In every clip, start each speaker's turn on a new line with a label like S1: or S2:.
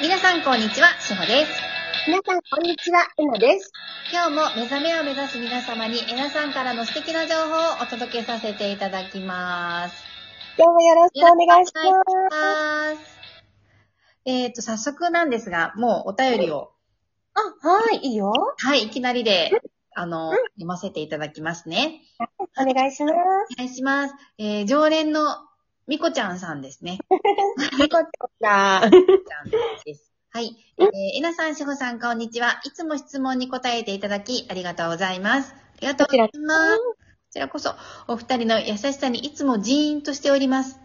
S1: 皆さんこんにちは、しほです。
S2: 皆さん、こんにちは。えなです。
S1: 今日も目覚めを目指す皆様に皆さんからの素敵な情報をお届けさせていただきます。
S2: どうもよろしくお願いします。
S1: ます。えっ、と、早速なんですが、もうお便りを、
S2: あ、はい、いいよ。
S1: はい、いきなりで、あの、読ませていただきますね。
S2: お願いします。
S1: お願いします。えー常連のみこちゃんさんですね。
S2: よかっ
S1: ちゃ
S2: た。
S1: んです。はい。えー、えなさん、しほさん、こんにちは。いつも質問に答えていただき、ありがとうございます。ありがとうございます。こちらこそ、お二人の優しさにいつもジーンとしております。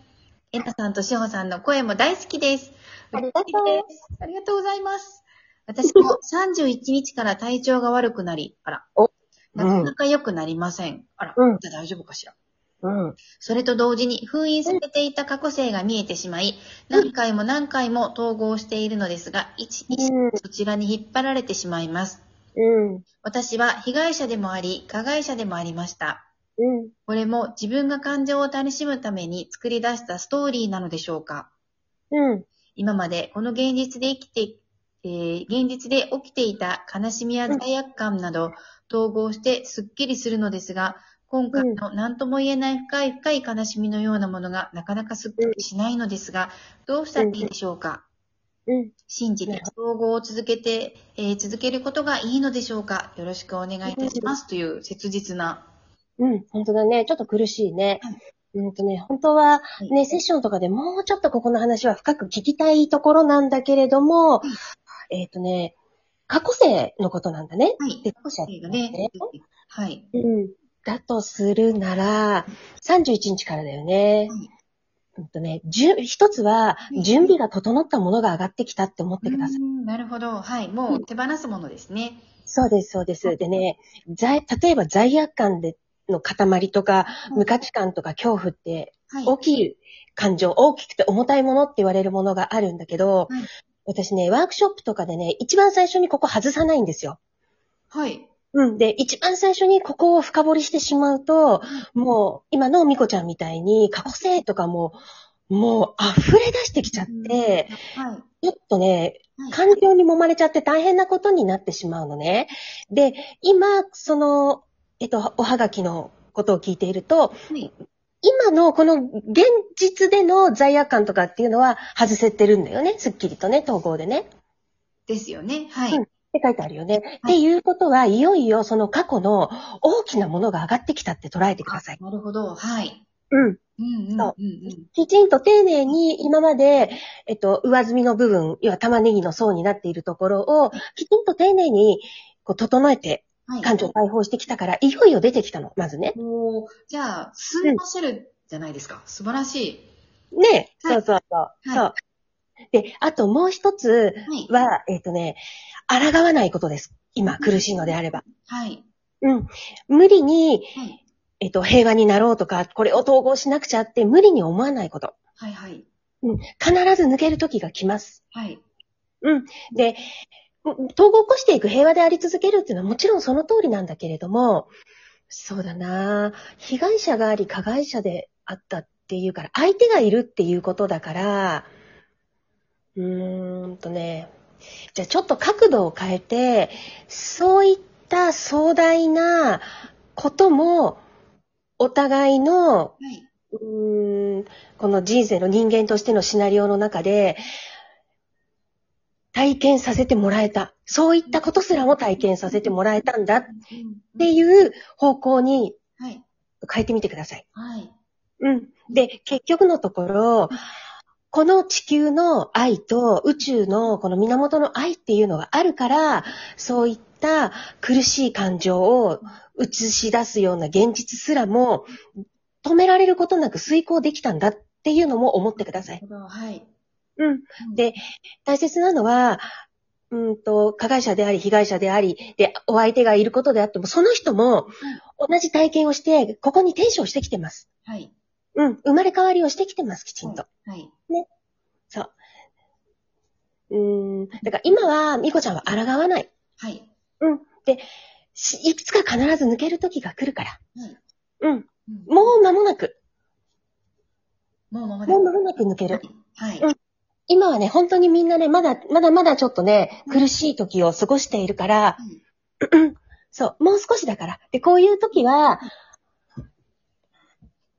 S1: えなさんとしほさんの声も大好きです。
S2: ありがとう
S1: 嬉しいです。ありがとうございます。私も31日から体調が悪くなり、あら。
S2: お
S1: なかなか良くなりません。あら、
S2: うん
S1: 大丈夫かしら。
S2: うん。
S1: それと同時に封印されていた過去性が見えてしまい、
S2: うん
S1: 何回も何回も統合しているのですが、一日
S2: うん
S1: そちらに引っ張られてしまいます。
S2: うん。
S1: 私は被害者でもあり、加害者でもありました。
S2: うん。
S1: これも自分が感情を楽しむために作り出したストーリーなのでしょうか
S2: うん。
S1: 今までこの現実で生きて、えー現実で起きていた悲しみや罪悪感など統合してすっきりするのですが、今回の何とも言えない深い深い悲しみのようなものがなかなかすっきりしないのですが、どうしたらいいでしょうか
S2: うん。
S1: 信じて統合を続けて、えー続けることがいいのでしょうかよろしくお願いいたします。という切実な。
S2: うん。本当だね。ちょっと苦しいね
S1: はい。
S2: うんとね、本当は
S1: はい、
S2: ね、セッションとかでもうちょっとここの話は深く聞きたいところなんだけれども、えっとね、過去性のことなんだね。
S1: はい。
S2: で過去
S1: えーね。はい。
S2: うん。だとするなら、31日からだよね。
S1: はい
S2: うんとね、じゅ一つは
S1: う、ん
S2: 準備が整ったものが上がってきたって思ってください。
S1: うんなるほど。はい。もう手放すものですね。
S2: そうです、そうです。でね、罪例えば罪悪感での塊とか、無価値観とか恐怖って、
S1: はい。
S2: 大きい感情、大きくて重たいものって言われるものがあるんだけど、
S1: はい
S2: 私ね、ワークショップとかでね、一番最初にここ外さないんですよ。
S1: はい。
S2: うん。で、一番最初にここを深掘りしてしまうと、もう、今のミコちゃんみたいに、過去性とかも、もう溢れ出してきちゃって、
S1: はい。
S2: ちょっとね
S1: はい、
S2: 感情に揉まれちゃって大変なことになってしまうのね。で、今、その、えっと、おはがきのことを聞いていると、
S1: はい
S2: 今のこの現実での罪悪感とかっていうのは外せてるんだよね。すっきりとね、統合でね。
S1: ですよね。はい。
S2: うんって書いてあるよね。
S1: はい
S2: っていうことは、いよいよその過去の大きなものが上がってきたって捉えてください。
S1: なるほど。はい。
S2: うん。
S1: うんうんうん
S2: そ
S1: うん。
S2: きちんと丁寧に今まで、えっと、上積みの部分、要は玉ねぎの層になっているところを、きちんと丁寧にこう整えて、
S1: はい。
S2: 感情を解放してきたから、いよいよ出てきたの、まずね。
S1: おーじゃあ、吸いませるじゃないですか。素晴らしい。
S2: ね
S1: は
S2: そ
S1: いう
S2: そうそう。そう。で、あともう一つ
S1: はい。
S2: は、えっとね、抗わないことです。今、苦しいのであれば。
S1: はい。
S2: うん。無理に、
S1: はい。
S2: えっと、平和になろうとか、これを統合しなくちゃって無理に思わないこと。
S1: はい。はい。
S2: うん、必ず抜ける時が来ます。
S1: はい。
S2: で、うん統合を起こしていく平和であり続けるっていうのはもちろんその通りなんだけれども、そうだな被害者があり加害者であったっていうから、相手がいるっていうことだから、うーんとね、じゃあちょっと角度を変えて、そういった壮大なことも、お互いの
S1: はい。
S2: うーんこの人生の人間としてのシナリオの中で、体験させてもらえた。そういったことすらも体験させてもらえたんだっ
S1: うん
S2: ていう方向に
S1: はい。
S2: 変えてみてください。
S1: はい。
S2: うん。で、結局のところ、この地球の愛と宇宙のこの源の愛っていうのがあるから、そういった苦しい感情を映し出すような現実すらも止められることなく遂行できたんだっていうのも思ってくださ。
S1: ないるほど。はい。
S2: うん。で大切なのは、うんと、加害者であり、被害者であり、で、お相手がいることであっても、その人も同じ体験をして、ここに転生してきてます。
S1: はい。
S2: うん、生まれ変わりをしてきてます、きちんと。
S1: はい。
S2: うーん、だから今は、ミコちゃんは抗わない。
S1: はい。
S2: しいくつか必ず抜ける時が来るから。
S1: はい。
S2: うん、
S1: うん
S2: もう間もなく。
S1: もうままで
S2: もう間もなく抜ける。
S1: はい。
S2: うん今はね、本当にみんなね、まだ、まだまだちょっとね、苦しい時を過ごしているから、 そう、もう少しだから。で、こういう時は、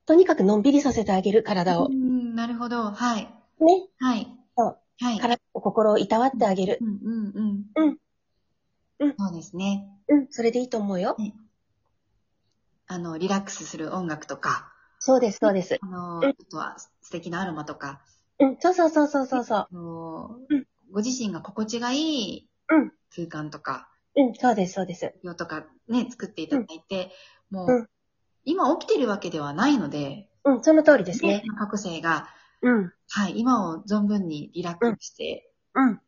S2: とにかくのんびりさせてあげる、体を
S1: う。ん、なるほど。はい。
S2: ね。
S1: はい。
S2: そう
S1: はい。
S2: 体を、心をいたわってあげる。
S1: うんうん
S2: う
S1: うん
S2: ん。うん
S1: そうですね。
S2: うん、それでいいと思うよ。
S1: あの、リラックスする音楽とか、
S2: そうです、そうです。
S1: あの、
S2: うん
S1: あとは素敵なアロマとか、
S2: うん、そうそうそうそうそうそう。
S1: あの
S2: うん
S1: ご自身が心地がいい
S2: うん
S1: 空間とか、
S2: うん、そうです、そうです。
S1: 用とかね、作っていただいて、もう、
S2: うん
S1: 今起きてるわけではないので、
S2: うん、その通りです
S1: ね
S2: ね。
S1: 各生が、
S2: うん、
S1: はい、今を存分にリラックスして、
S2: うん。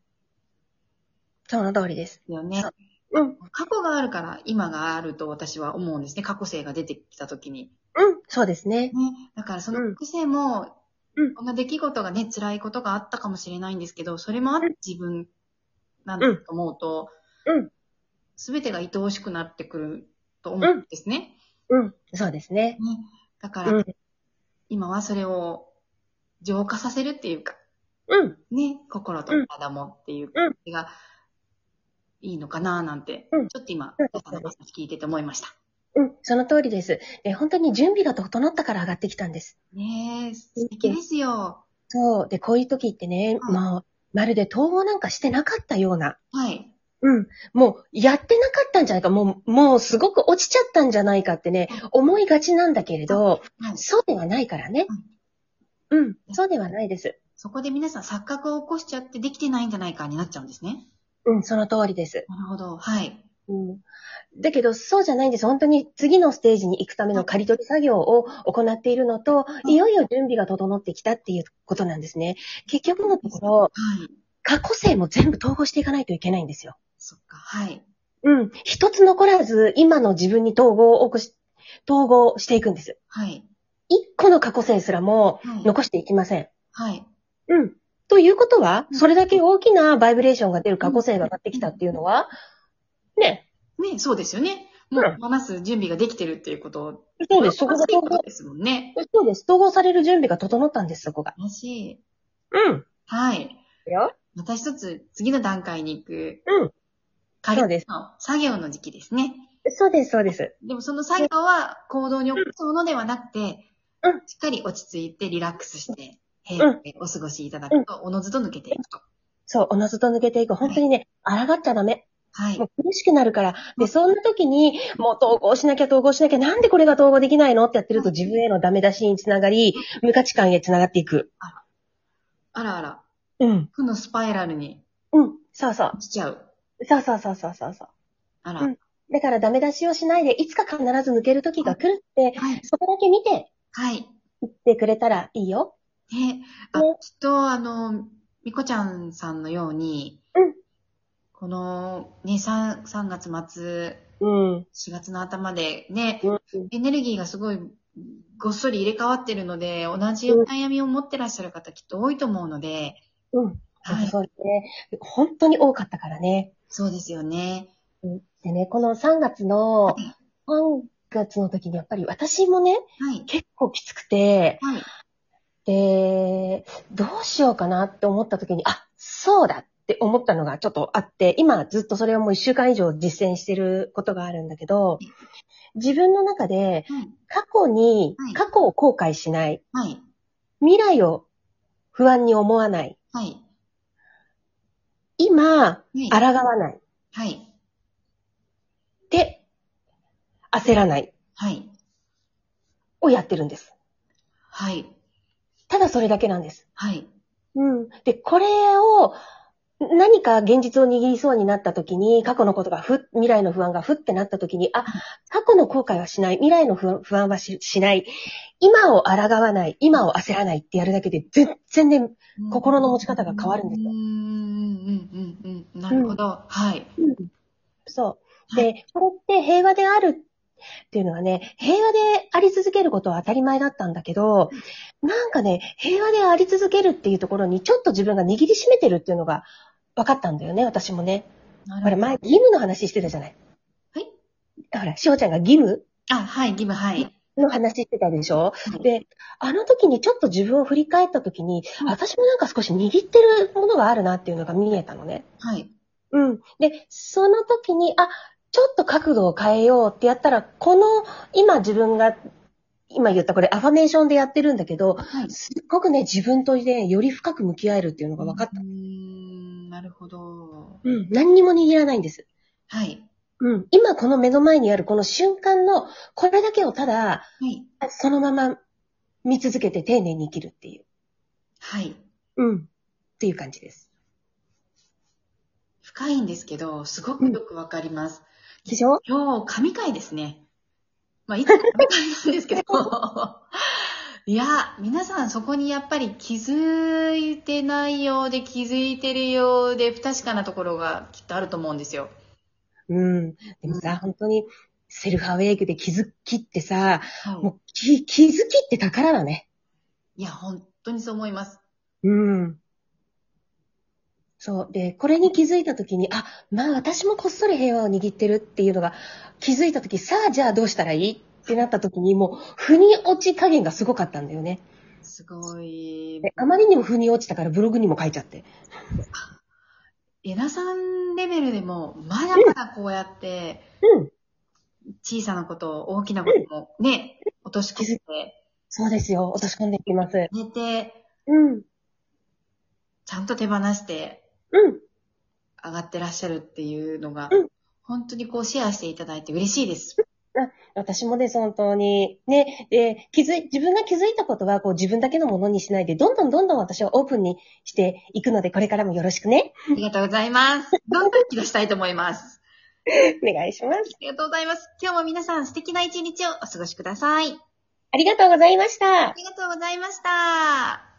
S2: その通りです。
S1: よね。
S2: うん、
S1: 過去があるから今があると私は思うんですね。過去生が出てきた時に。
S2: うん、そうですね。
S1: ね。だからその
S2: うん
S1: 過去生も、
S2: うん
S1: こんな出来事がね、辛いことがあったかもしれないんですけど、それもあって自分なんだと思うと、
S2: うん
S1: すべてが愛おしくなってくると思うんですね。
S2: うん、そうですね。
S1: ねだから、
S2: うん、
S1: 今はそれを浄化させるっていうか、
S2: うん、
S1: ね、心と
S2: うん
S1: 体もっていう
S2: うん
S1: 感じがいいのかななんて、
S2: うん
S1: ちょっと今、
S2: うん
S1: 朝の話聞いてて思いました。
S2: うん、その通りです。え、本当に準備が整ったから上がってきたんです。
S1: ねえ、素敵ですよ。
S2: そう。で、こういう時ってね、
S1: うん
S2: まあ、まるで統合なんかしてなかったような。
S1: はい。
S2: うん。もう、やってなかったんじゃないか。もう、もうすごく落ちちゃったんじゃないかってね、思いがちなんだけれど、
S1: はい、
S2: そうではないからね。うん。そうではないです。
S1: そこで皆さん錯覚を起こしちゃってできてないんじゃないかになっちゃうんですね。
S2: うん、その通りです。
S1: なるほど。はい。
S2: うん。だけど、そうじゃないんです。本当に次のステージに行くための刈り取り作業を行っているのと、
S1: うん
S2: いよいよ準備が整ってきたっていうことなんですね。結局のところ、
S1: はい。
S2: 過去性も全部統合していかないといけないんですよ。
S1: そっか。はい。
S2: うん。一つ残らず、今の自分に統合を起こし、統合していくんです。
S1: はい。
S2: 一個の過去性すらも
S1: はい。
S2: 残していきません。
S1: はい。
S2: うん。ということは、
S1: うん
S2: それだけ大きなバイブレーションが出る過去性が上がってきたっていうのは、ね。
S1: ねそうですよね。も
S2: う
S1: う、話す準備ができてるっていうこと。
S2: そうです。そこが
S1: 正しい
S2: 統
S1: こと
S2: 合。
S1: ですもんね。
S2: そうです。統合される準備が整ったんです、そこが。
S1: らしい。
S2: うん。
S1: はい。
S2: よ。
S1: また一つ、次の段階に行く。
S2: うん。
S1: 仮
S2: そうです
S1: の作業の時期ですね。
S2: そうです、そうです。
S1: でもその作業は行動に起こすものではなくて、
S2: うん
S1: しっかり落ち着いてリラックスして、平和でお過ごしいただくと、おのずと抜けていくと。
S2: そう、おのずと抜けていく。本当にね、抗っちゃダメ。
S1: はい
S2: も。う苦しくなるから。で、そんな時に、もう統合しなきゃ統合しなきゃ、なんでこれが統合できないのってやってると自分へのダメ出しにつながり、無価値観へつながっていく。
S1: あらあら、
S2: うん。
S1: 負のスパイラルに
S2: うん。そうそう。
S1: 落ちちゃう。
S2: そうそうそうそうそうそう。
S1: あら。
S2: うんだからダメ出しをしないで、いつか必ず抜ける時が来るって、
S1: はい。
S2: そこだけ見て、
S1: はい。
S2: 言ってくれたらいいよ。
S1: ね、あ、
S2: ね
S1: きっと、あの、みこちゃんさんのように、
S2: うん
S1: この、ね、3, 3月末、
S2: うん。
S1: 4月の頭でね、
S2: うん。
S1: エネルギーがすごいごっそり入れ替わってるので、同じお悩みを持ってらっしゃる方きっと多いと思うので、
S2: うん。
S1: はい。
S2: そうですね。本当に多かったからね。
S1: そうですよね。
S2: でね、この3月の、3月の時にやっぱり私もね、
S1: はい。
S2: 結構きつくて、
S1: はい。
S2: で、どうしようかなって思った時に、あ、そうだって思ったのがちょっとあって、今ずっとそれをもう1週間以上実践してることがあるんだけど、自分の中で
S1: はい。
S2: 過去に
S1: はい、
S2: 過去を後悔しない、
S1: はい。
S2: 未来を不安に思わない、
S1: はい。
S2: 今、
S1: ね
S2: 抗わない、
S1: はい。
S2: で、焦らない
S1: はい。
S2: をやってるんです。
S1: はい。
S2: ただそれだけなんです。
S1: はい。
S2: うん。で、これを、何か現実を握りそうになった時に、過去のことがふ、未来の不安がふってなった時に、あ、過去の後悔はしない、未来の不不安はししない、今を抗わない、今を焦らないってやるだけで、全然ね、心の持ち方が変わるんですよ
S1: うーん、うん、うん、うん。なるほど。はい。
S2: そう。
S1: は
S2: で、これって平和であるっていうのはね、平和であり続けることは当たり前だったんだけど、なんかね、平和であり続けるっていうところに、ちょっと自分が握りしめてるっていうのが分かったんだよね、私もね。
S1: な
S2: ほ
S1: る
S2: ら、
S1: ほど。
S2: 前、義務の話してたじゃない。
S1: はい
S2: ほら、しおちゃんが義務
S1: あ、はい、ギブ、はい。
S2: の話してたでしょ、で、あの時にちょっと自分を振り返った時に、
S1: うん
S2: 私もなんか少し握ってるものがあるなっていうのが見えたのね。
S1: はい。
S2: うん。で、その時に、あ、ちょっと角度を変えようってやったら、この、今自分が、今言ったこれアファメーションでやってるんだけど、
S1: はい。
S2: すっごくね、自分とね、より深く向き合えるっていうのが分かった。
S1: うーん、なるほど。
S2: うん。何にも握らないんです。
S1: はい。
S2: うん。今この目の前にあるこの瞬間の、これだけをただ、
S1: はい。
S2: そのまま見続けて丁寧に生きるっていう。
S1: はい。
S2: うん。っていう感じです。
S1: 深いんですけど、すごくよくわかります。
S2: でしょ
S1: 今日、神回ですね。まあ、いつも神回なんですけど。いや、皆さんそこにやっぱり気づいてないようで気づいてるようで不確かなところがきっとあると思うんですよ。
S2: うん。でもさ、本当に、セルフアウェイクで気づきってさ、
S1: は
S2: もう気、気づきって宝だね。
S1: い。いや、本当にそう思います。
S2: うん。そう。で、これに気づいたときに、あ、まあ私もこっそり平和を握ってるっていうのが、気づいたとき、さあじゃあどうしたらいいってなったときに、もう、腑に落ち加減がすごかったんだよね。
S1: すごい。
S2: であまりにも腑に落ちたからブログにも書いちゃって。
S1: エナさんレベルでも、まだまだこうやって、
S2: うん。
S1: 小さなことを大きなこともね、落とし込んで、
S2: そうですよ。落とし込んでいきます。
S1: 寝て、
S2: うん。
S1: ちゃんと手放して
S2: うん。
S1: 上がってらっしゃるっていうのが、
S2: うん
S1: 本当にこうシェアしていただいて嬉しいです。
S2: 私もです、本当に。ね、で、気づい、自分が気づいたことは、こう自分だけのものにしないで、どんどんどんどん私はオープンにしていくので、これからもよろしくね。
S1: ありがとうございます。どんどん引き出したいと思います。
S2: お願いします。
S1: ありがとうございます。今日も皆さん素敵な一日をお過ごしください。
S2: ありがとうございました。
S1: ありがとうございました。